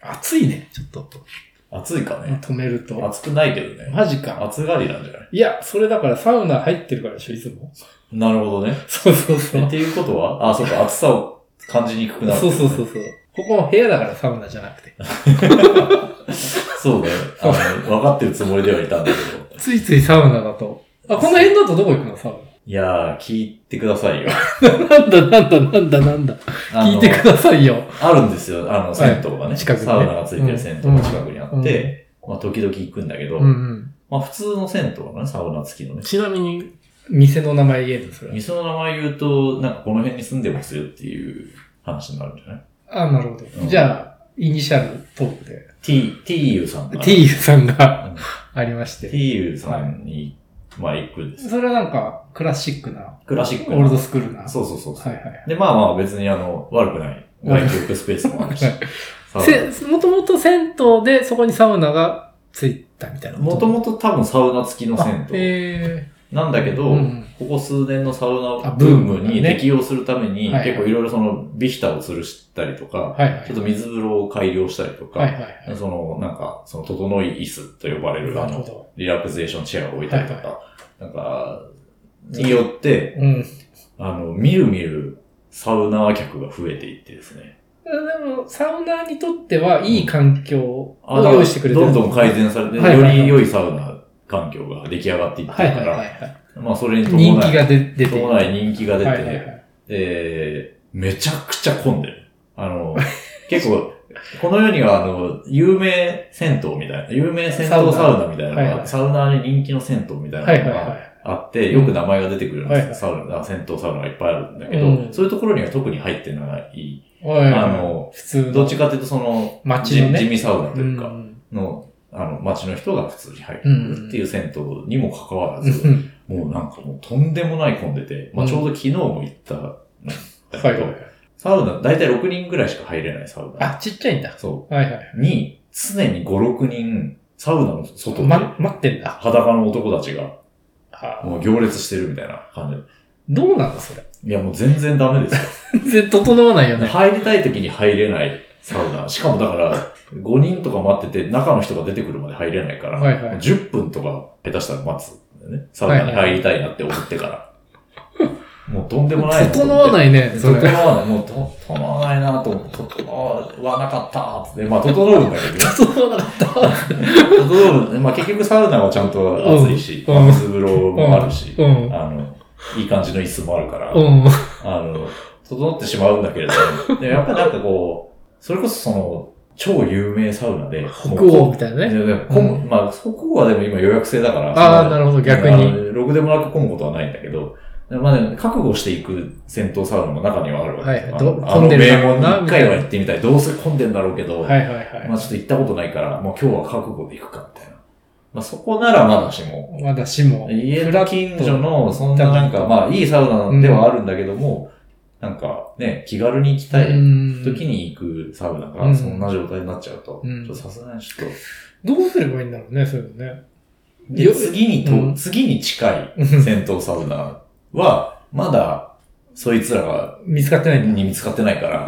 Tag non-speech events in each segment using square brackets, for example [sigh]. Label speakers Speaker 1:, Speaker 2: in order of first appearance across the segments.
Speaker 1: 暑いね、ちょっと。
Speaker 2: 暑いかね。
Speaker 1: 止めると。
Speaker 2: 暑くないけどね。
Speaker 1: マジか。
Speaker 2: 暑がりなんじゃない
Speaker 1: いや、それだからサウナ入ってるからでしょ、いつも。
Speaker 2: なるほどね。
Speaker 1: そうそうそう
Speaker 2: っ。ていうこと [laughs] は、あ、そうか、暑さを感じにくくなる。
Speaker 1: そうそうそうそう。ここの部屋だからサウナじゃなくて。
Speaker 2: そうね。あの、分かってるつもりではいたんだけど。
Speaker 1: ついついサウナだと。あ、この辺だとどこ行くのサウ
Speaker 2: いやー、聞いてくだ
Speaker 1: [laughs]
Speaker 2: さいよ。
Speaker 1: ナ。なんだなんだなんだなんだ。
Speaker 2: あの
Speaker 1: 聞いてくださいよ。
Speaker 2: あるんですよ、あの、銭湯がね。
Speaker 1: 近くにね
Speaker 2: サウナがついてる銭湯が近くにあって、まあ、時々行くんだけど、
Speaker 1: うんうん。
Speaker 2: まあ、普通の銭湯がね、サウナ付きのね。
Speaker 1: ちなみに、店の名前言えるのそれは。
Speaker 2: 店の名前言うと、なんかこの辺に住んでますよっていう話になるんじゃない
Speaker 1: あ、なるほど。
Speaker 2: うん
Speaker 1: じゃあ、イニシャルトークで。
Speaker 2: ?t、t ゆさんかな
Speaker 1: t さんが
Speaker 2: うん
Speaker 1: ありまして。
Speaker 2: t ゆさんに、まあ、行くんです。
Speaker 1: それはなんか、クラシックな、
Speaker 2: クラシッ
Speaker 1: オ
Speaker 2: クな
Speaker 1: ールドスクールな。
Speaker 2: そうそうそうそう。
Speaker 1: はいはい。
Speaker 2: で、まあまあ別にあの、悪くない。外局スペースもあるし。サウナ
Speaker 1: せ、もともと銭湯でそこにサウナがついたみたいな。
Speaker 2: もともと多分サウナ付きの銭
Speaker 1: あ
Speaker 2: 湯
Speaker 1: へ
Speaker 2: なんだけど、
Speaker 1: うん
Speaker 2: ここ数年のサウナ
Speaker 1: あ
Speaker 2: ブ
Speaker 1: ブ
Speaker 2: ー
Speaker 1: ー
Speaker 2: ム
Speaker 1: ム
Speaker 2: に
Speaker 1: ね
Speaker 2: 適応するために、
Speaker 1: はいはい
Speaker 2: 結構いろいろそのビヒタを吊るしたりとか、
Speaker 1: ーはいはい。
Speaker 2: ちょっと水風呂を改良したりとか、
Speaker 1: はいはいはい。
Speaker 2: そのなんか、その整い椅子と呼ばれるあ
Speaker 1: なるほ
Speaker 2: の、
Speaker 1: ど。
Speaker 2: リラクゼーションチェアを置いたりとか、
Speaker 1: は
Speaker 2: なんか、によって、
Speaker 1: うん。
Speaker 2: あの、みるみるサウナー客が増えていってですね。
Speaker 1: でも、サウナーにとってはいい環境を
Speaker 2: あだから
Speaker 1: 用意してくれてる。
Speaker 2: どんどん改善されて、
Speaker 1: はいはいはい
Speaker 2: より良いサウナ環境が出来上がっていってるか
Speaker 1: はい
Speaker 2: ら、
Speaker 1: はいはいはい。
Speaker 2: まあそれに伴い
Speaker 1: 人気が出出ている。
Speaker 2: 伴い人気が出て、
Speaker 1: はいはいはい。
Speaker 2: で、めちゃくちゃ混んでる。あの、 [laughs] 結構、この世にはあの、有名銭湯みたいな、有名銭湯サウナみたいなのが、
Speaker 1: はいはい
Speaker 2: サウナーに人気の銭湯みたい
Speaker 1: はい
Speaker 2: な
Speaker 1: は
Speaker 2: の
Speaker 1: い
Speaker 2: が
Speaker 1: は
Speaker 2: あって、よく名前が出てくるん
Speaker 1: は
Speaker 2: で
Speaker 1: いはい
Speaker 2: すよ。サウナ、銭湯サウナがいっぱいあるんだけど、
Speaker 1: うん
Speaker 2: そういうところには特に入ってない。
Speaker 1: い。はいはいはい
Speaker 2: あの、
Speaker 1: 普通の。
Speaker 2: どっちかというとその、
Speaker 1: 街のね
Speaker 2: 地地味サウナと
Speaker 1: う
Speaker 2: いうんか、
Speaker 1: うん
Speaker 2: の、あの、街の人が普通に入ってくるっていう銭湯にもかかわら
Speaker 1: う
Speaker 2: ず、 [laughs]
Speaker 1: ん。
Speaker 2: もうなんかもうとんでもない混んでて、まあ
Speaker 1: うん
Speaker 2: ちょうど昨日も行ったんだ
Speaker 1: は
Speaker 2: け
Speaker 1: い
Speaker 2: ど、
Speaker 1: はい。
Speaker 2: サウナ、だいたい6人ぐらいしか入れないサウナ。
Speaker 1: あ、ちっちゃいんだ。
Speaker 2: そ
Speaker 1: はいはい。
Speaker 2: う。に、常に5、6人、サウナの外で、
Speaker 1: ま、待ってんだ。
Speaker 2: 裸の男たちが、
Speaker 1: あ
Speaker 2: もう行列してるみたいな感
Speaker 1: どうなのそれ。 [laughs]
Speaker 2: じ。いや、もう全然ダメですよ。
Speaker 1: 全然整わないよね。
Speaker 2: 入りたい時に入れないサ
Speaker 1: [laughs]
Speaker 2: ウナ。しかもだから、5人とか待ってて、中の人が出てくるまで入れないから、
Speaker 1: はいはい
Speaker 2: 10分とか下手したら待つんだよね。サウナに入りたいなって思ってから。もうとんでもないなと思って。
Speaker 1: 整わないね。
Speaker 2: 整
Speaker 1: それ。
Speaker 2: [laughs] わない、もうと、整わないなと思って、整わなかったーっつって、まあ、整うんだけ
Speaker 1: 整わなかった。
Speaker 2: ど、整う、まあ、結局サウナはちゃんと暑いし、
Speaker 1: うん
Speaker 2: まあ水風呂もあるし、
Speaker 1: うん。
Speaker 2: あの、いい感じの椅子もあるから、
Speaker 1: うん。
Speaker 2: あの、整ってしまうんだけれども、でもやっぱなんかこう、それこそその、超有名サウナで、
Speaker 1: 北欧みたいな
Speaker 2: で
Speaker 1: ね。
Speaker 2: で混むまあ、北欧はでも今予約制だから、
Speaker 1: あ
Speaker 2: そ
Speaker 1: あ、
Speaker 2: の
Speaker 1: なるほど、逆に。
Speaker 2: ろくでもなく混むことはないんだけど、まあね、覚悟していく戦闘サウナも中にはあるわけですよ。
Speaker 1: はいど
Speaker 2: あの
Speaker 1: 混んでる
Speaker 2: 名
Speaker 1: だろ
Speaker 2: 門
Speaker 1: うな
Speaker 2: に一回は行ってみたい。どうせ混んでんだろうけど、
Speaker 1: はいはいはい
Speaker 2: ま。あちょっと行ったことないから、もう今日は覚悟で行くかみたいな。まあそこならまだしも、
Speaker 1: まだしも。
Speaker 2: 家
Speaker 1: フ
Speaker 2: の
Speaker 1: ラッ
Speaker 2: 近所の、そんななんか、まあいいサウナではあるんだけども、なんかね、気軽に行きたい時
Speaker 1: に。
Speaker 2: に行くサウナ
Speaker 1: う
Speaker 2: が
Speaker 1: ん
Speaker 2: そんな状態になっちゃうと、
Speaker 1: うん
Speaker 2: ちょっとさすがにちょっと、
Speaker 1: どうすればいいんだろうね、そういうのね。
Speaker 2: で、
Speaker 1: よ
Speaker 2: 次にと、
Speaker 1: うん
Speaker 2: 次に近い戦闘サウナは、まだ、そいつらが、
Speaker 1: 見つかってないんだ。
Speaker 2: に見つかってな
Speaker 1: [laughs]
Speaker 2: いから、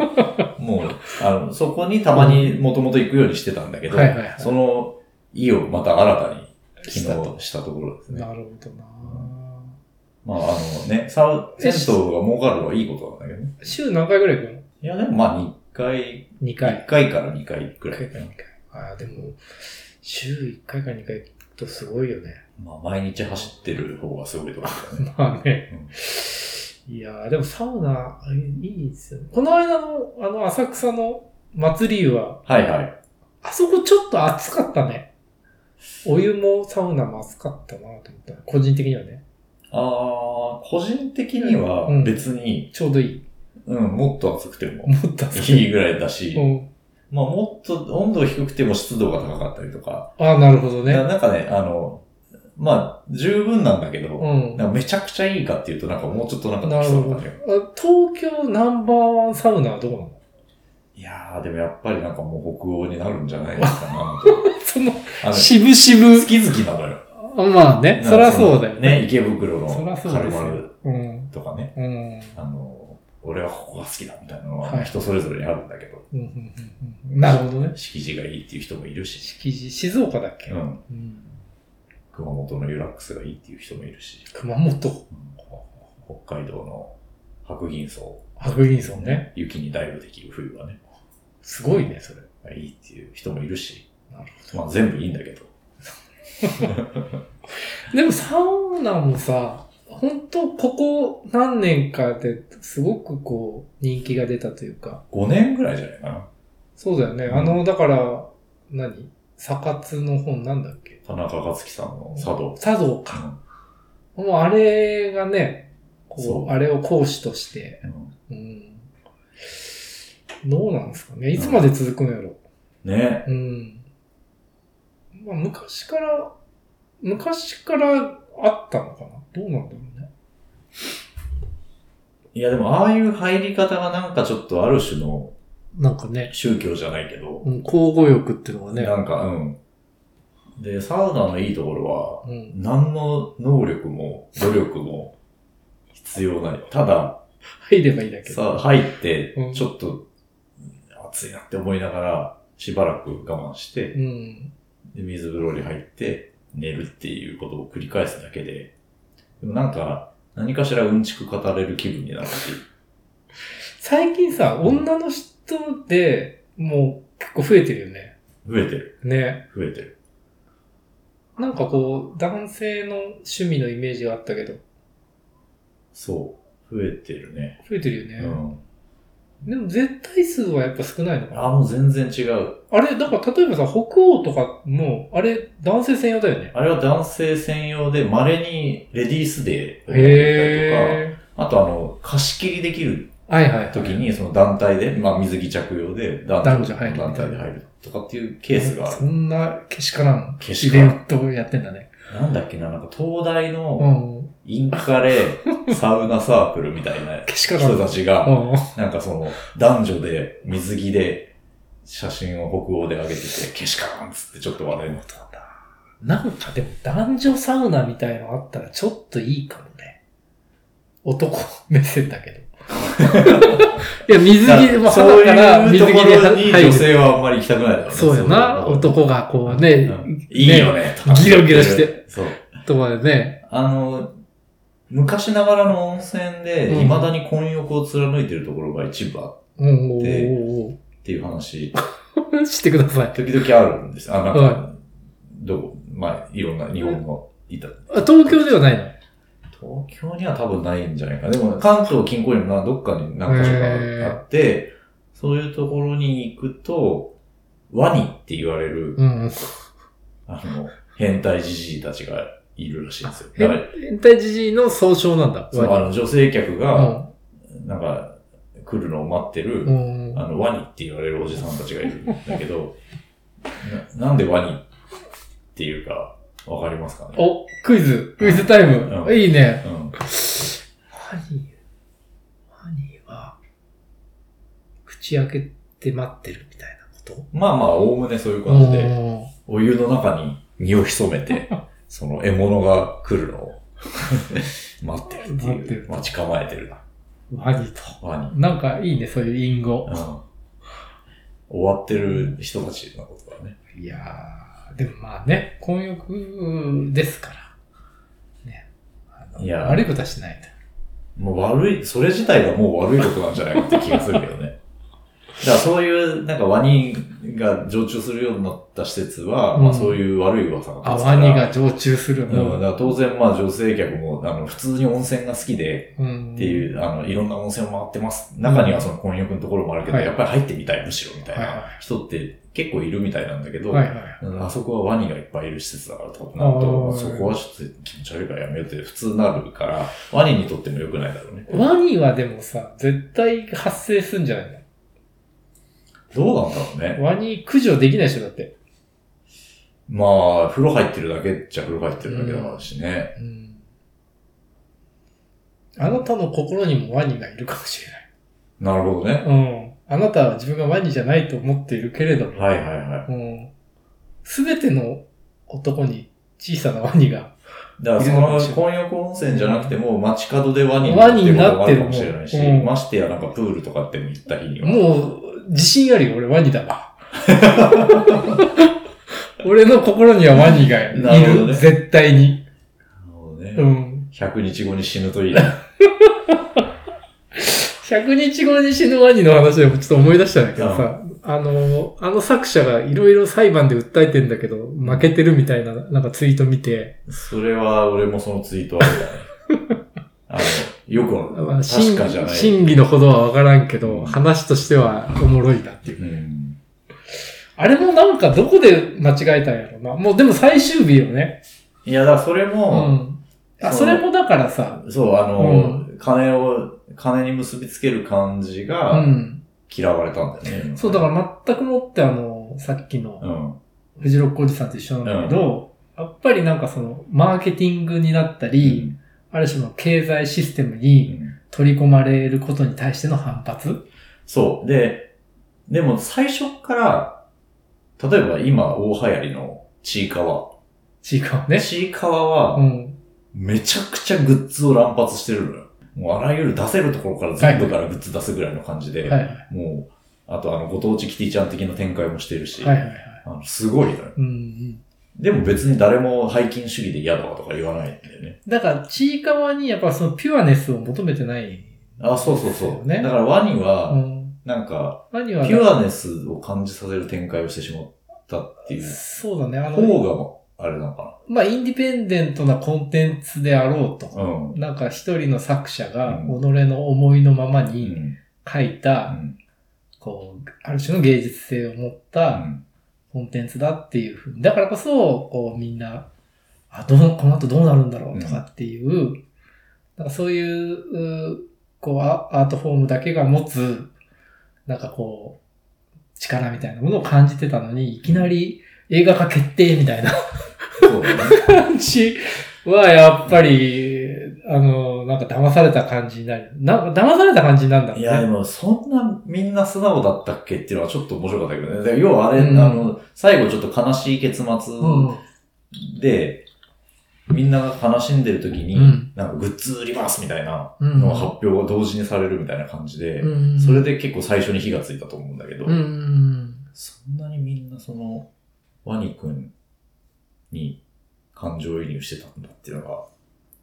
Speaker 2: もう、あの、そこにたまにもともと行くようにしてたんだけど、
Speaker 1: はいはいはい
Speaker 2: その意をまた新たに、昨
Speaker 1: したと
Speaker 2: 日したところですね。
Speaker 1: なるほどな
Speaker 2: まあ、あのね、サウ、銭湯が儲かるのはいいことなんだけどね。
Speaker 1: 週何回ぐらい行くの
Speaker 2: いや、でもまあ、2回、
Speaker 1: ?2
Speaker 2: 1
Speaker 1: 回。
Speaker 2: 回から2回く
Speaker 1: 1
Speaker 2: らい
Speaker 1: 回か
Speaker 2: か
Speaker 1: 2
Speaker 2: な
Speaker 1: 回。。ああ、でも、週1回か2回行くとすごいよね。
Speaker 2: まあ、毎日走ってる方がすごいと思うんだよね。
Speaker 1: まあね。いやー、でもサウナ、いいですよね。この間の、あの、浅草の祭り湯は、
Speaker 2: はいはい。
Speaker 1: あそこちょっと暑かったね。お湯もサウナも暑かったなと思った。個人的にはね。
Speaker 2: あー、個人的には
Speaker 1: うん
Speaker 2: 別に、
Speaker 1: ちょうどいい。
Speaker 2: うん、もっと暑くても
Speaker 1: 思ったんですけ
Speaker 2: いいぐらいだし、
Speaker 1: ど。うん
Speaker 2: まあもっと温度低くても湿度が高かったりとか、
Speaker 1: ああ、なるほどね。
Speaker 2: ななんかね、あの、まあ十分なんだけど、
Speaker 1: うん。
Speaker 2: なんかめちゃくちゃいいかっていうとなんかもうちょっとなんか
Speaker 1: なる
Speaker 2: そう
Speaker 1: ほど。あ
Speaker 2: な感じが
Speaker 1: 東京ナンバーワンサウナはどうなの
Speaker 2: いやー、でもやっぱりなんかもう北欧になるんじゃないですかなと。
Speaker 1: その、[laughs]
Speaker 2: あの、
Speaker 1: 渋
Speaker 2: 好
Speaker 1: 々。
Speaker 2: き好きなのよ。
Speaker 1: あまあね、そりゃそうだよ
Speaker 2: ね。。池袋の
Speaker 1: そりゃそう
Speaker 2: カル
Speaker 1: です
Speaker 2: マ
Speaker 1: よ
Speaker 2: ル。
Speaker 1: うん。
Speaker 2: とかね、
Speaker 1: うん。
Speaker 2: あの、俺はここが好きだみたいなの
Speaker 1: は
Speaker 2: はい人それぞれにあるんだけど、
Speaker 1: うんうんうんうんなるほどね。
Speaker 2: 敷地がいいっていう人もいるし、
Speaker 1: 敷地、静岡だっけ、
Speaker 2: うん、
Speaker 1: うん
Speaker 2: 熊本のユラックスがいいっていう人もいるし、
Speaker 1: 熊本、
Speaker 2: 北海道の白銀層、
Speaker 1: 白銀村ね。
Speaker 2: 雪にダイブできる冬はね、
Speaker 1: すごいね、それ。
Speaker 2: いいっていう人もいるし、
Speaker 1: なる
Speaker 2: まあ全部いいんだけど、
Speaker 1: でもサウナもさ、本当ここ何年かですごくこう人気が出たというか、
Speaker 2: 5年ぐらいじゃないかな。
Speaker 1: そうだよね。
Speaker 2: うん
Speaker 1: あの、だから、何サカツの本なんだっけ
Speaker 2: 田中克樹さんの茶道。
Speaker 1: 茶道か。もうあれがね、
Speaker 2: そ
Speaker 1: こ
Speaker 2: う
Speaker 1: う、あれを講師として、
Speaker 2: うんうん
Speaker 1: うん。どうなんですかねいつまで続くんやろ
Speaker 2: ね
Speaker 1: うん。まあ、昔から、昔からあったのかなどうなんだろうね。
Speaker 2: いやでもああいう入り方がなんかちょっとある種の
Speaker 1: なんかね、
Speaker 2: 宗教じゃないけど、
Speaker 1: うん、交互欲っていうのがね。
Speaker 2: なんか、うん。で、サウナのいいところは、
Speaker 1: うん。
Speaker 2: 何の能力も努力も必要ない。ただ、
Speaker 1: 入ればいいだけど。
Speaker 2: さ、入って
Speaker 1: うん、
Speaker 2: ちょっと暑いなって思いながら、しばらく我慢して
Speaker 1: う、ん。
Speaker 2: で水風呂に入って寝るっていうことを繰り返すだけで、でもなんか、何かしらうんちく語れる気分になるし、
Speaker 1: 最近さ、
Speaker 2: うん
Speaker 1: 女の人で、もう結構増えてるよね。
Speaker 2: 増えてる、
Speaker 1: ね。
Speaker 2: 増えてる。
Speaker 1: なんかこう、男性の趣味のイメージがあったけど、
Speaker 2: そう、増えてるね。
Speaker 1: 増えてる
Speaker 2: う
Speaker 1: よね。
Speaker 2: ん。
Speaker 1: でも絶対数はやっぱ少ないのかな。
Speaker 2: あ、もう全然違う。
Speaker 1: あれ、だから例えばさ、北欧とかも、あれ、男性専用だよね。
Speaker 2: あれは男性専用で、稀にレディースデーをやったり
Speaker 1: へ
Speaker 2: とか、あとあの、貸し切りできる
Speaker 1: ー。はいはい。
Speaker 2: 時に、その団体で、まあ水着着用で男
Speaker 1: 男女入る
Speaker 2: 団体で入るとかっていうケースがあ
Speaker 1: そ
Speaker 2: る。
Speaker 1: んな、けしからん。
Speaker 2: け
Speaker 1: イ
Speaker 2: しか
Speaker 1: ベ
Speaker 2: らん
Speaker 1: ントをやってんだね。
Speaker 2: なんだっけな、なんか東大
Speaker 1: う
Speaker 2: の
Speaker 1: ん。
Speaker 2: インカレサウナサークルみたいな
Speaker 1: けしからん。
Speaker 2: 人
Speaker 1: う
Speaker 2: たちが、
Speaker 1: ん。
Speaker 2: なんかその男女で水着で写真を北欧で上げてて、けしからんっつってちょっと話題になった。
Speaker 1: なんかでも男女サウナみたいのあったらちょっといいかもね。男目線だけ [laughs] ど。いや、水着、まあ、
Speaker 2: そう
Speaker 1: 肌から
Speaker 2: い
Speaker 1: 水
Speaker 2: うと
Speaker 1: 着
Speaker 2: こ
Speaker 1: で
Speaker 2: ろに
Speaker 1: 入
Speaker 2: 女
Speaker 1: る。
Speaker 2: 性はあんまり行きたくないだろうね。
Speaker 1: そうやな。
Speaker 2: そういうところ
Speaker 1: 男がこうね、
Speaker 2: うんいいよね。
Speaker 1: ギラギラして。
Speaker 2: そう。
Speaker 1: とまでね。
Speaker 2: あの、昔ながらの温泉で、
Speaker 1: うん
Speaker 2: 未だに混浴を貫いてるところが一部あっ
Speaker 1: うんうんうん
Speaker 2: ていう話、
Speaker 1: [laughs] うん。してください。
Speaker 2: 時々あるんです。あ、なんか、
Speaker 1: は
Speaker 2: どこ、まあ、いろんな日本の、いた。東
Speaker 1: あ東京ではないの。
Speaker 2: 京には多分ないんじゃないかな。でも、関東近郊にもなどっかに何か所
Speaker 1: へ
Speaker 2: か
Speaker 1: ー
Speaker 2: あって、そういうところに行くと、ワニって言われる、
Speaker 1: うん。
Speaker 2: あの、変態じじいたちがいるらしいんですよ。だから
Speaker 1: 変態じじいの総称なんだ。
Speaker 2: そのあの女性客
Speaker 1: う
Speaker 2: が、
Speaker 1: ん
Speaker 2: なんか、来るのを待ってる、
Speaker 1: うん。
Speaker 2: あの、ワニって言われるおじさんたちがいるんだけど、 [laughs] ななんでワニっていうか、わかりますかね
Speaker 1: お、クイズ、クイズタイム。
Speaker 2: うん
Speaker 1: いいね。
Speaker 2: うん。
Speaker 1: ハニー、ハニーは、口開けて待ってるみたいなこと
Speaker 2: まあまあ、おおむねそういう感じで、お湯の中に身を潜め
Speaker 1: [laughs]
Speaker 2: て、その獲物が来るのを [laughs] 待ってるって
Speaker 1: 待って
Speaker 2: い
Speaker 1: る
Speaker 2: う、待ち構えてるな、
Speaker 1: うんハニーと。
Speaker 2: ワニ。
Speaker 1: なんかいいね、そういう隠語
Speaker 2: うん。。終わってる人たちのことだね。
Speaker 1: いやー、でもまあね、婚欲ですから。ね。あの
Speaker 2: いやー
Speaker 1: 悪いことはしないと。
Speaker 2: もう悪い、それ自体がもう悪いことなんじゃないかって気がするけ
Speaker 1: [laughs]
Speaker 2: どね。だからそういう、なんかワニが常駐するようになった施設は、
Speaker 1: うん
Speaker 2: まあそういう悪い噂が
Speaker 1: あ、
Speaker 2: 立つか
Speaker 1: ワ
Speaker 2: ら。
Speaker 1: ニが常駐する。
Speaker 2: うん、だから当然まあ女性客も、あの、普通に温泉が好きで、
Speaker 1: うん。
Speaker 2: っていう、あの、いろんな温泉を回ってます。中にはその混浴のところもあるけど、
Speaker 1: はい
Speaker 2: やっぱり入ってみたい、むしろみたい
Speaker 1: はいはい
Speaker 2: な人って結構いるみたいなんだけど、
Speaker 1: はいはい。
Speaker 2: うんあそこはワニがいっぱいいる施設だからとかなる
Speaker 1: あ
Speaker 2: と、
Speaker 1: ー
Speaker 2: そこはちょっと気持ち悪いからやめようって普通になるから、ワニにとっても良くないだろうね。
Speaker 1: ワニはでもさ、絶対発生すんじゃない
Speaker 2: どうなんだろうね。
Speaker 1: のワニ駆除できないでしょ、だって。
Speaker 2: まあ、風呂入ってるだけっちゃ風呂入ってるだけだからしね。
Speaker 1: うん。あなたの心にもワニがいるかもしれない。
Speaker 2: なるほどね。
Speaker 1: うん。あなたは自分がワニじゃないと思っているけれども、
Speaker 2: はいはいは
Speaker 1: うん。すべての男に小さなワニが
Speaker 2: だからその、混浴温泉じゃなくても、街角でワニ
Speaker 1: 輪になってる
Speaker 2: かもしれないし、
Speaker 1: うん
Speaker 2: ましてやなんかプールとかって行った日には。
Speaker 1: もう、自信あるよ、俺、ワニだ
Speaker 2: [laughs]
Speaker 1: わ。俺の心にはワニがいる。
Speaker 2: なるほどね
Speaker 1: 絶対に。
Speaker 2: なるほどね。
Speaker 1: うん。
Speaker 2: 100日後に死ぬといいな。
Speaker 1: 100日後に死ぬワニの話でもちょっと思い出したんだけどさ、あの、あの作者がいろいろ裁判で訴えてんだけど、負けてるみたいな、なんかツイート見て、
Speaker 2: それは、俺もそのツイートあるからね。 [laughs] あの、よく
Speaker 1: ま
Speaker 2: わ
Speaker 1: あ真
Speaker 2: 確かじゃない。
Speaker 1: 真偽のほどはわからんけど、
Speaker 2: うん
Speaker 1: 話としてはおもろいなっていう。
Speaker 2: うん。
Speaker 1: あれもなんかどこで間違えたんやろな。もうでも最終日よね。
Speaker 2: いや、だからそれ
Speaker 1: う
Speaker 2: も、
Speaker 1: ん。あ、それもだからさ、
Speaker 2: そう、あの、金を、金に結びつける感じ
Speaker 1: う
Speaker 2: が
Speaker 1: ん。
Speaker 2: 嫌われたんだよね。
Speaker 1: そう、だから全くもってあの、さっきの
Speaker 2: ら。うん。
Speaker 1: フジロックおじさんと一緒なんだけど、やっぱりなんかその、マーケティングになったり、ある種の経済システム
Speaker 2: う
Speaker 1: に
Speaker 2: ん
Speaker 1: 取り込まれることに対しての反発
Speaker 2: そう。で、でも最初から、例えば今大流行りのちいかわ。
Speaker 1: ちいかわね。
Speaker 2: ちいかわ
Speaker 1: う
Speaker 2: は、
Speaker 1: ん。
Speaker 2: めちゃくちゃグッズを乱発してるのよ。もうあらゆる出せるところから全部からグッズ出すぐらいの感じで、
Speaker 1: はいはい。
Speaker 2: もう、あとあの、ご当地キティちゃん的な展開もしてるし、
Speaker 1: はいはいはい。
Speaker 2: あのすごいのよ。
Speaker 1: うんうん。
Speaker 2: でも別に誰も背筋主義で嫌だわとか言わないんだよね。
Speaker 1: だから、ちいかわにやっぱそのピュアネスを求めてない。
Speaker 2: あ、そうそう
Speaker 1: そう
Speaker 2: そう。
Speaker 1: ね
Speaker 2: だからワニ
Speaker 1: う
Speaker 2: は、
Speaker 1: ん。
Speaker 2: なんか、
Speaker 1: 何
Speaker 2: ピ
Speaker 1: は
Speaker 2: ュアネスを感じさせる展開をしてしまったっていう
Speaker 1: そうだね。あの、
Speaker 2: 方が、あれなのか
Speaker 1: まあ、インディペンデントなコンテンツであろうと。
Speaker 2: な。うん。
Speaker 1: なんか一人の作者が、己
Speaker 2: う
Speaker 1: の思いのまま
Speaker 2: う
Speaker 1: に
Speaker 2: ん。
Speaker 1: 書いた、
Speaker 2: うん
Speaker 1: こう、ある種の芸術性を持ったコンテンツだっていうふうに。だからこそ、こうみんな、あ、どう、この後どうなるんだろうとかっていう、なんかそういう、うこうア、アートフォームだけが持つ、なんかこう、力みたいなものを感じてたのに、いきなり映画化決定みたいな
Speaker 2: そうだね。
Speaker 1: 感じは、やっぱり、あの、なんか騙された感じになる。なんか騙された感じになるんだろ
Speaker 2: いや、
Speaker 1: う
Speaker 2: で
Speaker 1: ね。
Speaker 2: も、そんなみんな素直だったっけっていうのはちょっと面白かったけどね。だから要はあれ、
Speaker 1: うん
Speaker 2: あの、最後ちょっと悲しい結末
Speaker 1: うん。
Speaker 2: で、みんなが悲しんでる時に、
Speaker 1: うん
Speaker 2: なんかグッズ売りますみたいな
Speaker 1: うん
Speaker 2: の発表が同時にされるみたいな感じで、
Speaker 1: うん
Speaker 2: それで結構最初に火がついたと思うんだけど、
Speaker 1: うん。
Speaker 2: そんなにみんなその、ワニ君に感情移入してたんだっていうのが、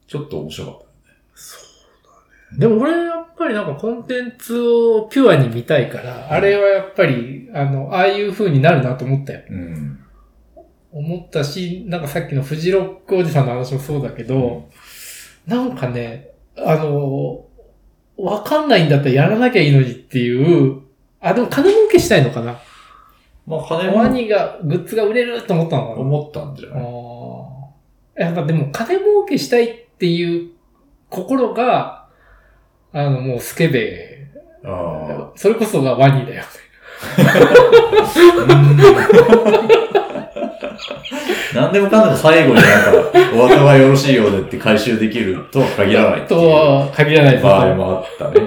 Speaker 2: ちょっと面白かった。
Speaker 1: でも俺やっぱりなんかコンテンツをピュアに見たいから、あれはやっぱり、あの、ああいう風になるなと思ったよ。
Speaker 2: うん。
Speaker 1: 思ったし、なんかさっきのフジロックおじさんの話もそうだけど、なんかね、あの、わかんないんだったらやらなきゃいいのにっていう、あ、でも金儲けしたいのかな。
Speaker 2: まあ、金
Speaker 1: ワ
Speaker 2: は
Speaker 1: ニが、グッズが売れると思ったのかな。
Speaker 2: 思ったんじゃない
Speaker 1: あーやっぱでも金儲けしたいっていう心が、あのもうスケベ
Speaker 2: ああ。
Speaker 1: それこそがワニだよ。
Speaker 2: [laughs] 何でもかんでも最後になんか、お別れよろしいようでって回収できるとは限らないって
Speaker 1: と
Speaker 2: いう
Speaker 1: は限らないです
Speaker 2: 場合もあったね。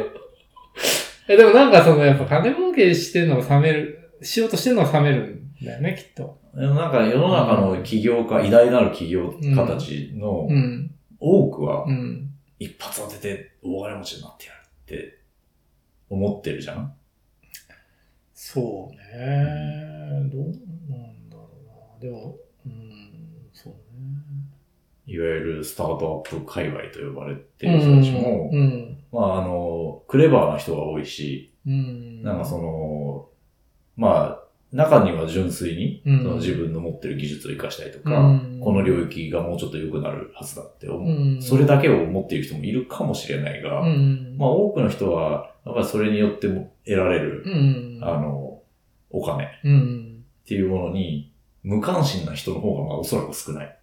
Speaker 1: えでもなんかそのやっぱ金儲けしてるのが冷める、しようとしてるのが冷めるんだよね、きっと。
Speaker 2: でもなんか世の中の起業家、偉大なる起業家たちの
Speaker 1: うん。
Speaker 2: 多くは
Speaker 1: う、ん。
Speaker 2: 一発当てて大金持ちになってやるって思ってるじゃん
Speaker 1: そうね。どうなんだろうな。でも、うん、そう
Speaker 2: いわゆるスタートアップ界隈と呼ばれて
Speaker 1: ね。
Speaker 2: る人たちも、
Speaker 1: うん。
Speaker 2: まああの、クレバーな人が多いし、
Speaker 1: うん。
Speaker 2: なんかその、まあ、中には純粋に、
Speaker 1: うん
Speaker 2: その自分の持ってる技術を活かしたりとか、
Speaker 1: うん
Speaker 2: この領域がもうちょっと良くなるはずだって思う。
Speaker 1: うん、
Speaker 2: それだけを思っている人もいるかもしれないが、
Speaker 1: うん。
Speaker 2: まあ多くの人は、やっぱりそれによっても得られる、
Speaker 1: うん。
Speaker 2: あの、お金っ
Speaker 1: うん。
Speaker 2: ていうものに、無関心な人の方がまあおそらく少ない。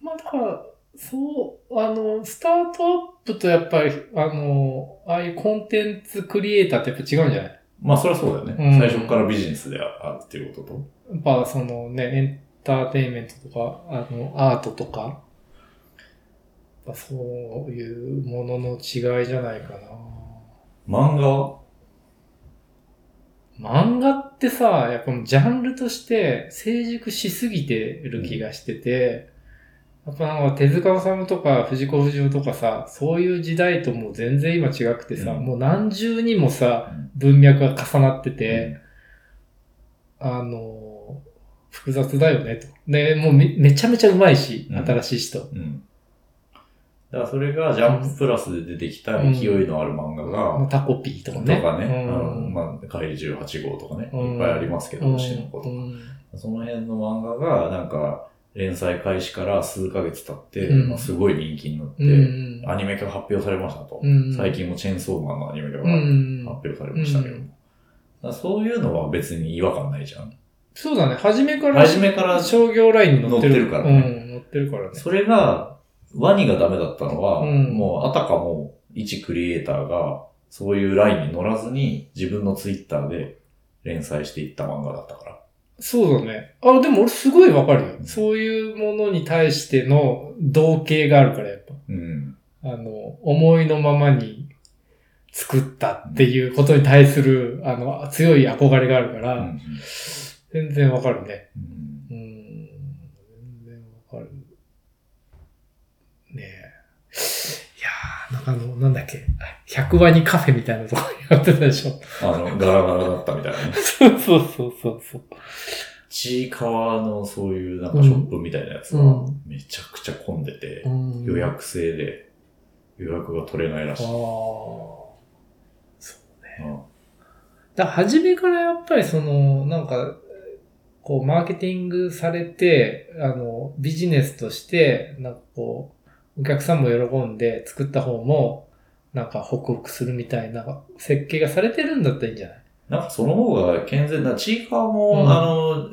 Speaker 1: まあだから、そう、あの、スタートアップとやっぱり、あの、ああいうコンテンツクリエイターってやっぱ違うんじゃない
Speaker 2: まあそりゃそうだよね。
Speaker 1: うん
Speaker 2: 最初からビジネスであるっていうことと。
Speaker 1: やっぱそのね、エンターテインメントとか、あの、アートとか、やっぱそういうものの違いじゃないか
Speaker 2: 漫画は
Speaker 1: な。漫画ってさ、やっぱもうジャンルとして成熟しすぎてる気がしてて、やっぱなんか手塚治虫とか藤子不二雄とかさ、そういう時代ともう全然今違くてさ、
Speaker 2: うん
Speaker 1: もう何重にもさ、
Speaker 2: うん
Speaker 1: 文脈が重なってて、あの、複雑だよねと。で、もうめめちゃめちゃうまいし、
Speaker 2: うん
Speaker 1: 新しい人。
Speaker 2: うん。だからそれがジャンププラスで出てきた勢いのある漫画が、
Speaker 1: まあタコピーと
Speaker 2: と
Speaker 1: か
Speaker 2: か
Speaker 1: ね。
Speaker 2: ね、あの
Speaker 1: うん
Speaker 2: まあ、怪獣18号とかね、
Speaker 1: うん
Speaker 2: いっぱいありますけど、星の子と
Speaker 1: う
Speaker 2: か。
Speaker 1: ん
Speaker 2: その辺の漫画が、なんか、連載開始から数ヶ月経って、
Speaker 1: うん
Speaker 2: まあ、すごい人気になって、
Speaker 1: うん
Speaker 2: アニメ化発表されましたと。
Speaker 1: うん
Speaker 2: 最近もチェーンソーマンのアニメ化が
Speaker 1: う
Speaker 2: 発
Speaker 1: ん
Speaker 2: 表されましたけど。
Speaker 1: う
Speaker 2: だからそういうのは別に違和感ないじゃん。
Speaker 1: そうだね。初めから、
Speaker 2: 初めから、そ
Speaker 1: 商業ラインに乗ってる。
Speaker 2: 乗ってるからね
Speaker 1: うん、乗ってるからね。
Speaker 2: れが、ワニがダメだったのは、
Speaker 1: うん
Speaker 2: もうあたかも一クリエイターが、そういうラインに乗らずに、自分のツイッターで連載していった漫画だったから。
Speaker 1: そうだね。あ、でも俺すごいわかるよ
Speaker 2: う。ん
Speaker 1: そういうものに対しての同型があるから、やっぱ。
Speaker 2: うん。
Speaker 1: あの、思いのままに作ったっていうことに対する、あの、強い憧れがあるから、
Speaker 2: うん
Speaker 1: 全然わかるね。
Speaker 2: うん
Speaker 1: うん。全然わかる。ねえ。いやー、なんかあの、なんだっけ。100ワニカフェみたいなとこやってたでしょ。
Speaker 2: あの、ガラガラだったみたいなね。
Speaker 1: そうそうそうそうそう。
Speaker 2: ちいかわのそういうなんかショップみたいなやつ
Speaker 1: う
Speaker 2: が
Speaker 1: ん
Speaker 2: めちゃくちゃ混んでて、
Speaker 1: うん
Speaker 2: 予約制で予約が取れないら
Speaker 1: ああ。
Speaker 2: しい。
Speaker 1: そうね。だから初めからやっぱりその、なんか、こう、マーケティングされて、あの、ビジネスとして、なんかこう、お客さんも喜んで、作った方も、なんかホクホクするみたいな設計がされてるんだったらいいんじゃない
Speaker 2: なんかその方が健全だ。ちいかわも、
Speaker 1: うん
Speaker 2: あの、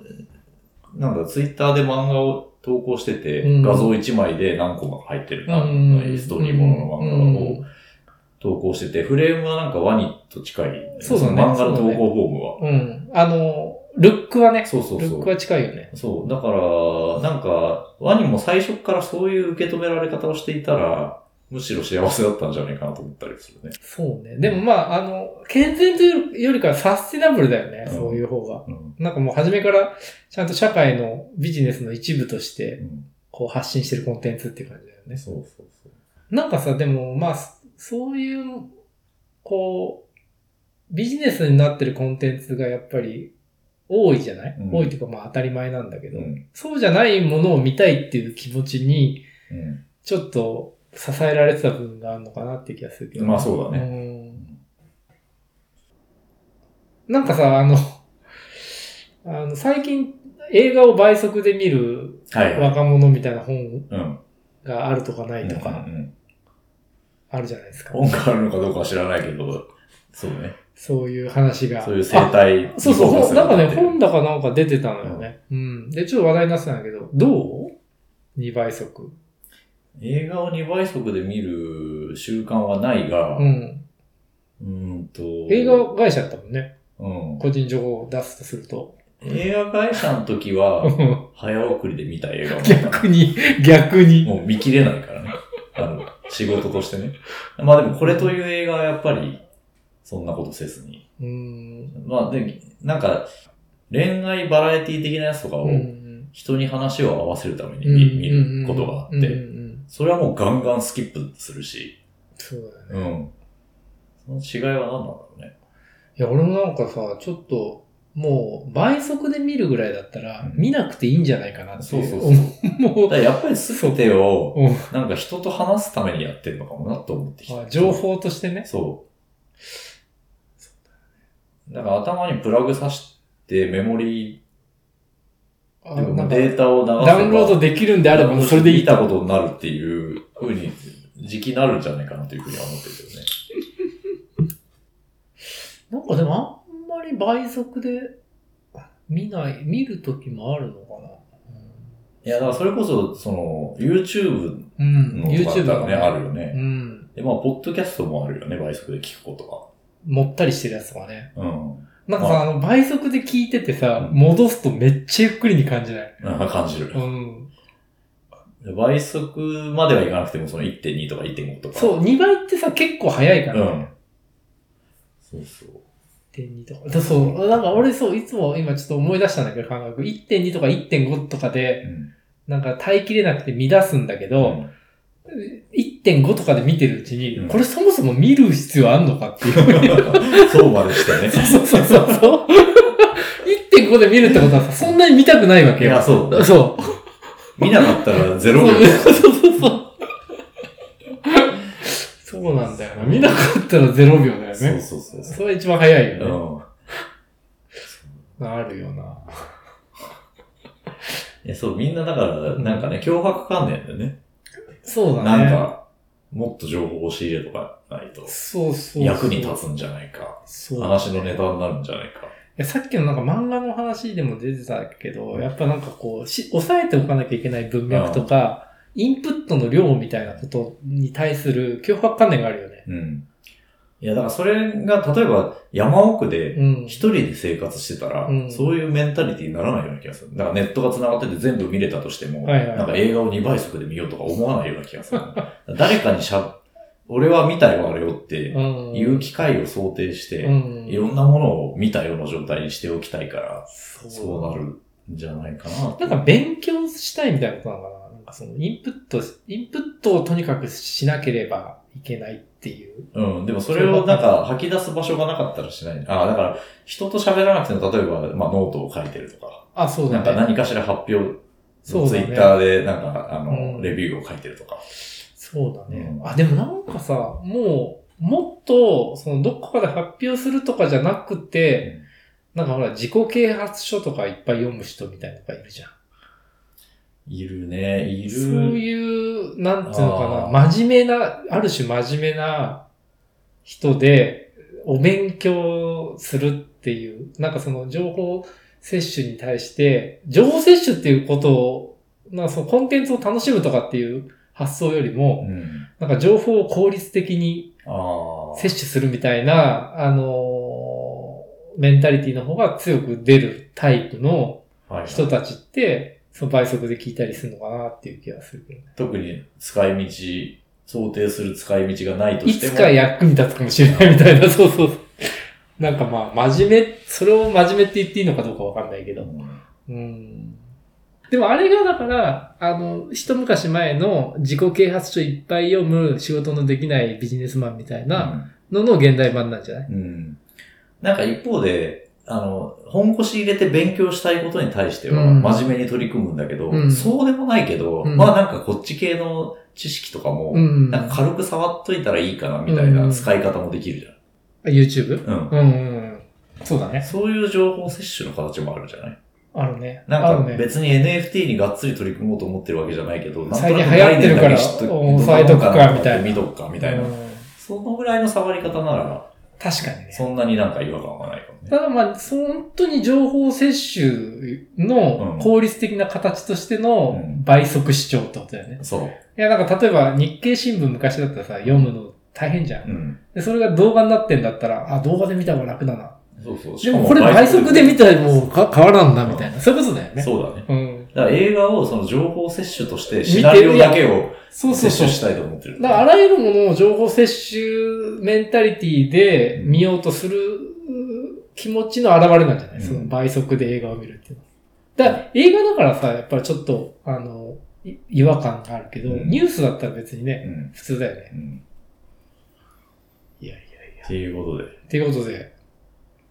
Speaker 2: なんだ、ツイッターで漫画を投稿してて、
Speaker 1: うん
Speaker 2: 画像1枚で何コマ入ってるか、
Speaker 1: うん
Speaker 2: ストーリーものの漫画
Speaker 1: う
Speaker 2: を投稿してて、フレームはなんかワニと近い、
Speaker 1: そうだね
Speaker 2: の漫画の投稿フォームは。
Speaker 1: うん。あの、ルックはね、
Speaker 2: そうそう
Speaker 1: ル
Speaker 2: そ
Speaker 1: ッ
Speaker 2: う
Speaker 1: ク。は近いよね。
Speaker 2: そう。だから、なんか、ワニも最初からそういう受け止められ方をしていたら、むしろ幸せだったんじゃないかなと思ったりするね。
Speaker 1: そうね。でもまあ、あの、健全というよりかはサスティナブルだよね、
Speaker 2: うん
Speaker 1: そういう方が。
Speaker 2: うん。
Speaker 1: なんかもう初めから、ちゃんと社会のビジネスの一部として、
Speaker 2: うん
Speaker 1: こう発信してるコンテンツっていう感じだよね。
Speaker 2: そうそうそう。
Speaker 1: なんかさ、でもまあ、そそういう、こう、ビジネスになってるコンテンツがやっぱり多いじゃない、
Speaker 2: うん
Speaker 1: 多いというかまあ当たり前なんだけど、
Speaker 2: うん。
Speaker 1: そうじゃないものを見たいっていう気持ちに、
Speaker 2: うん
Speaker 1: ちょっと支えられてた部分があるのかなって気がするけど。
Speaker 2: まあそうだね。
Speaker 1: うんなんかさ、あの、あの最近映画を倍速で見る
Speaker 2: はいはい。
Speaker 1: 若者みたいな本
Speaker 2: うん。
Speaker 1: があるとかないとか
Speaker 2: うんうん
Speaker 1: あるじゃないですか。
Speaker 2: 本があるのかどうかは知らないけど、そうね。
Speaker 1: そういう話が。
Speaker 2: そういう生態
Speaker 1: あそうそう、本なんかね、本
Speaker 2: だ。
Speaker 1: だかなんか出てたのよね。うん。で、ちょっと話題になってたんだけど、どう ?2 倍速。
Speaker 2: 映画を2倍速で見る習慣はないが、
Speaker 1: う。
Speaker 2: うんーんと。
Speaker 1: 映画会社だったもんね。
Speaker 2: うん。
Speaker 1: 個人情報を出すとする
Speaker 2: [laughs]
Speaker 1: と。
Speaker 2: 映画会社の時は、早送りで見た映画も。
Speaker 1: 逆に、逆に。
Speaker 2: もう見切れないからね。あの、仕事としてね。まあでもこれという映画はやっぱり、そんなことせずに。
Speaker 1: うん。
Speaker 2: まあで、なんか、恋愛バラエティ的なやつとかを
Speaker 1: う、ん
Speaker 2: 人に話を合わせるために見,、ることがあっ
Speaker 1: うんうんう
Speaker 2: て、
Speaker 1: ん
Speaker 2: それはもうガンガンスキップするし、
Speaker 1: そうだよね。
Speaker 2: うん。その違いは何なんだろうね。
Speaker 1: いや、俺もなんかさ、ちょっと、もう、倍速で見るぐらいだったら、
Speaker 2: うん
Speaker 1: 見なくていいんじゃないかなって。
Speaker 2: そうそうそう。
Speaker 1: もう
Speaker 2: だからやっぱり全てを
Speaker 1: うん、
Speaker 2: なんか人と話すためにやってるのかもなと思ってき
Speaker 1: まあ
Speaker 2: た。
Speaker 1: 情報としてね。
Speaker 2: そう。だから頭にプラグ挿してメモリ
Speaker 1: あ
Speaker 2: ー、ていう
Speaker 1: な
Speaker 2: か
Speaker 1: んか
Speaker 2: データを流せば
Speaker 1: ダウンロードできるんであれば、もうそれでいい
Speaker 2: 見た
Speaker 1: と。
Speaker 2: ことになるっていうふうに、時期になるんじゃないかなというふうには思ってるけどね。
Speaker 1: なんかでも、あんまり倍速で見ない、見るときもあるのか
Speaker 2: いや、だからそれこそ、その、YouTube
Speaker 1: な。うん。
Speaker 2: のとか
Speaker 1: YouTube
Speaker 2: だ
Speaker 1: と
Speaker 2: っ
Speaker 1: か
Speaker 2: たらね、あるよ
Speaker 1: う
Speaker 2: ね。
Speaker 1: ん。
Speaker 2: で、まあ、ポッドキャストもあるよね、倍速で聞くこ
Speaker 1: もったりしてるやつとかね。
Speaker 2: とが。うん。
Speaker 1: なんかさ、あの、倍速で聞いててさ、
Speaker 2: うん
Speaker 1: 戻すとめっちゃゆっくりに感じない。
Speaker 2: なんか感じる
Speaker 1: う。ん。
Speaker 2: 倍速まではいかなくても、その1.2とか1.5とか。
Speaker 1: そう、2倍ってさ、結構早いから
Speaker 2: う
Speaker 1: ね。
Speaker 2: ん。そうそう。
Speaker 1: 1.2とか。だそう、なんか俺そう、いつも今ちょっと思い出したんだけど、感覚。1.2とか1.5とかで、
Speaker 2: うん
Speaker 1: なんか耐えきれなくて乱すんだけど、1.5とかで見てるうちに、
Speaker 2: うん
Speaker 1: これそもそも見る必要あんのかっていう。
Speaker 2: [laughs] [laughs] そうまでしたね。
Speaker 1: そうそうそうそう。1.5で見るってことはさ、そんなに見たくないわ
Speaker 2: い
Speaker 1: け
Speaker 2: や、
Speaker 1: よ。
Speaker 2: そうだ。
Speaker 1: そ
Speaker 2: 見なかったらゼ
Speaker 1: う。
Speaker 2: ロ
Speaker 1: そう
Speaker 2: 秒。
Speaker 1: そうそうそう。そうなんだよな。見なかったら0秒だよ
Speaker 2: そ
Speaker 1: ね
Speaker 2: う。そうそうそ。
Speaker 1: それ一番早いう
Speaker 2: う
Speaker 1: よ
Speaker 2: ん
Speaker 1: ね。あるよな。
Speaker 2: いや、そう、みんなだから、なんかね、脅迫観念でね。
Speaker 1: そうだ
Speaker 2: な
Speaker 1: ね。
Speaker 2: んか、もっと情報を仕入れとかないと、
Speaker 1: そうそうそう。
Speaker 2: 役に立つんじゃないか。
Speaker 1: そう。
Speaker 2: 話のネタになるんじゃないか。
Speaker 1: いやさっきのなんか漫画の話でも出てたけど、やっぱなんかこう、し、抑えておかなきゃいけない文脈とか、インプットの量みたいなことに対する脅迫観念があるよね。
Speaker 2: うん。いや、だからそれが、例えば、山奥で、
Speaker 1: うん。
Speaker 2: 一人で生活してたら、
Speaker 1: うん
Speaker 2: そういうメンタリティにならないような気がする。だからネットが繋がってて全部見れたとしても、
Speaker 1: はいはい
Speaker 2: なんか映画を2倍速で見ようとか思わないような気がする。 [laughs] 誰かにしゃ、俺は見たよあれよって
Speaker 1: うん。
Speaker 2: いう機会を想定して、
Speaker 1: うん。
Speaker 2: いろんなものを見たような状態にしておきたいから、
Speaker 1: そう
Speaker 2: そうなるんじゃないかな。
Speaker 1: なんか勉強したいみたいなことなのかななんかそのインプットし、インプットをとにかくしなければいけないっていう。
Speaker 2: うん。でもそれをなんか吐き出す場所がなかったらしない。ああ、だから人と喋らなくても、例えば、まあノートを書いてるとか、
Speaker 1: あ、そうだ
Speaker 2: なんか
Speaker 1: ね。
Speaker 2: 何かしら発表
Speaker 1: そう
Speaker 2: ツイ
Speaker 1: だ
Speaker 2: ッ
Speaker 1: ね。
Speaker 2: ターで、なんか、あの、
Speaker 1: うん
Speaker 2: レビューを書いてるとか。
Speaker 1: そうだね
Speaker 2: う。ん
Speaker 1: あ、でもなんかさ、もう、もっと、その、どこかで発表するとかじゃなくて、なんかほら、自己啓発書とかいっぱい読む人みたいなのがいるじゃん。
Speaker 2: いるね、いる。
Speaker 1: そういう、なんていうのか
Speaker 2: あ
Speaker 1: な、真面目な、ある種真面目な人で、お勉強するっていう、なんかその情報摂取に対して、情報摂取っていうことを、なんかそのコンテンツを楽しむとかっていう発想よりも、
Speaker 2: うん。
Speaker 1: なんか情報を効率的に
Speaker 2: ああ。
Speaker 1: 摂取するみたいな、あのーメンタリティの方が強く出るタイプの、
Speaker 2: はい
Speaker 1: 人たちって、その倍速で聞いたりするのかなっていう気がするけどね。
Speaker 2: 特に使い道、想定する使い道がないと
Speaker 1: い
Speaker 2: しても。
Speaker 1: つか役に立つかもしれないみたいな、そうそうそう。なんかまあ、真面目、それを真面目って言っていいのかどうかわかんないけ
Speaker 2: う
Speaker 1: ど。
Speaker 2: ん
Speaker 1: うん。でもあれがだから、あの、一昔前の自己啓発書いっぱい読む仕事のできないビジネスマンみたいなのの現代版なんじゃない
Speaker 2: うん。うん。なんか一方で、あの、本腰入れて勉強したいことに対しては、
Speaker 1: うん
Speaker 2: 真面目に取り組むんだけど、
Speaker 1: うん
Speaker 2: そうでもないけ
Speaker 1: う
Speaker 2: ど、
Speaker 1: ん
Speaker 2: まあなんかこっち系の知識とかも、
Speaker 1: うん。
Speaker 2: なんか軽く触っといたらいいかなみたいな使い方もできるじゃ
Speaker 1: YouTube?
Speaker 2: ん。うん。
Speaker 1: うんうんうん。そうだね。
Speaker 2: そういう情報摂取の形もあるじゃない
Speaker 1: あるね。あ
Speaker 2: なん
Speaker 1: る
Speaker 2: か
Speaker 1: ね。
Speaker 2: 別に NFT にがっつり取り組もうと思ってるわけじゃないけど、なんと
Speaker 1: 最近
Speaker 2: なく
Speaker 1: 流行ってるから
Speaker 2: 概念だけ知っとく
Speaker 1: 押さえとくかみたいな
Speaker 2: 見とくかみたいな
Speaker 1: う。ん
Speaker 2: そのぐらいの触り方なら、
Speaker 1: 確かにね。
Speaker 2: そんなになんか違和感はないかもね。
Speaker 1: ただまあ、その本当に情報摂取
Speaker 2: うん
Speaker 1: の効率的な形としての
Speaker 2: うん
Speaker 1: 倍速視聴ってことだよね。
Speaker 2: そう。
Speaker 1: いや、なんか例えば日経新聞昔だったらさ、読むの大変じゃん。
Speaker 2: うん。
Speaker 1: で、それが動画になってんだったら、あ、動画で見た方が楽だな。
Speaker 2: そうそう。し
Speaker 1: で
Speaker 2: か
Speaker 1: もこれ倍速で見たらもうか変わらんな、
Speaker 2: うん
Speaker 1: みたいな。そういうことだよね。
Speaker 2: そうだね。
Speaker 1: うん。
Speaker 2: だから映画をその情報摂取として、シナリオだけを
Speaker 1: そうそう
Speaker 2: 摂
Speaker 1: そう
Speaker 2: 取。したいと思ってる。
Speaker 1: だからあらゆるものを情報摂取メンタリティで見ようとする気持ちの表れなんじゃない、
Speaker 2: うん
Speaker 1: その倍速で映画を見るっていうのは。だから映画だからさ、やっぱりちょっと、あの、い違和感があるけど、
Speaker 2: うん
Speaker 1: ニュースだったら別にね、
Speaker 2: うん。
Speaker 1: 普通だよね。
Speaker 2: うん。
Speaker 1: いやいやいや。
Speaker 2: っていうことで。
Speaker 1: っていうことで、